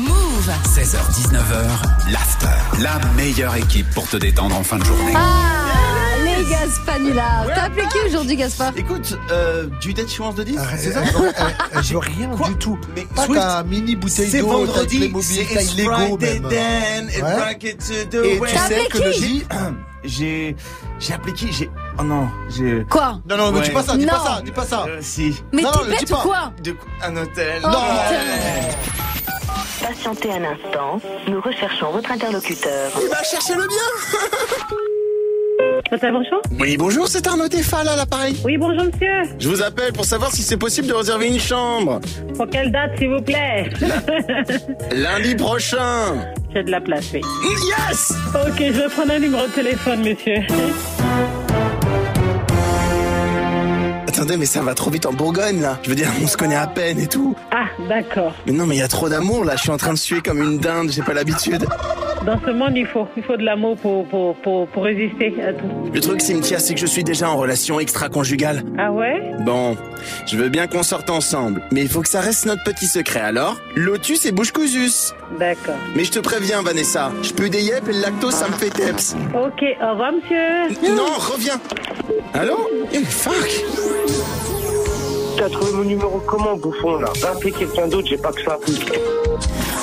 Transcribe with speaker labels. Speaker 1: Move.
Speaker 2: 16h-19h, l'after. La meilleure équipe pour te détendre en fin de journée.
Speaker 1: Ah, les Gaspanula. T'as appelé qui aujourd'hui, Gaspard
Speaker 3: Écoute, euh, du dead chance de 10, c'est ça
Speaker 4: Je veux rien
Speaker 3: Quoi
Speaker 4: du tout.
Speaker 3: Mais
Speaker 4: Pas
Speaker 3: Swift,
Speaker 4: ta mini bouteille
Speaker 3: C'est
Speaker 4: d'eau, ta
Speaker 3: vendredi,
Speaker 4: Playmobil,
Speaker 3: c'est
Speaker 4: ta
Speaker 3: it's
Speaker 4: Lego
Speaker 3: Friday
Speaker 4: même.
Speaker 3: then, it's
Speaker 4: Ouais.
Speaker 3: back into the
Speaker 4: Et
Speaker 3: way.
Speaker 4: tu
Speaker 1: T'as
Speaker 4: sais
Speaker 1: appelé
Speaker 4: que le
Speaker 1: qui
Speaker 4: J...
Speaker 3: J'ai, j'ai appelé qui J'ai, oh non, j'ai.
Speaker 1: Quoi
Speaker 4: Non, non, ne dis
Speaker 3: Ouais.
Speaker 4: pas ça, dis
Speaker 1: Non.
Speaker 4: pas ça, dis pas ça.
Speaker 3: Euh, si.
Speaker 1: Mais
Speaker 4: Ah. Non,
Speaker 1: t'es
Speaker 4: le dis
Speaker 1: bête ou
Speaker 4: pas.
Speaker 1: quoi
Speaker 3: De quoi un hôtel.
Speaker 1: Oh,
Speaker 3: Non.
Speaker 1: putain.
Speaker 5: Patientez un instant, nous recherchons votre interlocuteur.
Speaker 3: Il va chercher le bien.
Speaker 6: Hôtel Bonjour
Speaker 3: Oui, bonjour, c'est Arnaud Tefal à l'appareil.
Speaker 6: Oui, bonjour monsieur.
Speaker 3: Je vous appelle pour savoir si c'est possible de réserver une chambre
Speaker 6: Pour quelle date, s'il vous plaît
Speaker 3: lundi prochain. Mm,
Speaker 6: J'ai de la place, oui.
Speaker 3: Yes.
Speaker 6: Ok, je vais prendre un numéro de téléphone, monsieur.
Speaker 3: Attendez, mais ça va trop vite en Bourgogne là. Je veux dire, on se connaît à peine et tout.
Speaker 6: Ah, d'accord.
Speaker 3: Mais non, mais il y a trop d'amour là. Je suis en train de suer comme une dinde. J'ai pas l'habitude.
Speaker 6: Dans ce monde, il faut, il faut de l'amour pour, pour, pour, pour résister à tout.
Speaker 3: Le truc, Cynthia, c'est que je suis déjà en relation extra-conjugale.
Speaker 6: Ah ouais
Speaker 3: Bon, je veux bien qu'on sorte ensemble, mais il faut que ça reste notre petit secret alors. Lotus et bouche cousus.
Speaker 6: D'accord.
Speaker 3: Mais je te préviens, Vanessa, je peux des yep et le lactose, ça me fait teps.
Speaker 6: Ok, au revoir, monsieur.
Speaker 3: Non, reviens. Allô Eh, Fuck
Speaker 7: T'as trouvé mon numéro comment, bouffon, là Va appeler quelqu'un d'autre, j'ai pas que ça.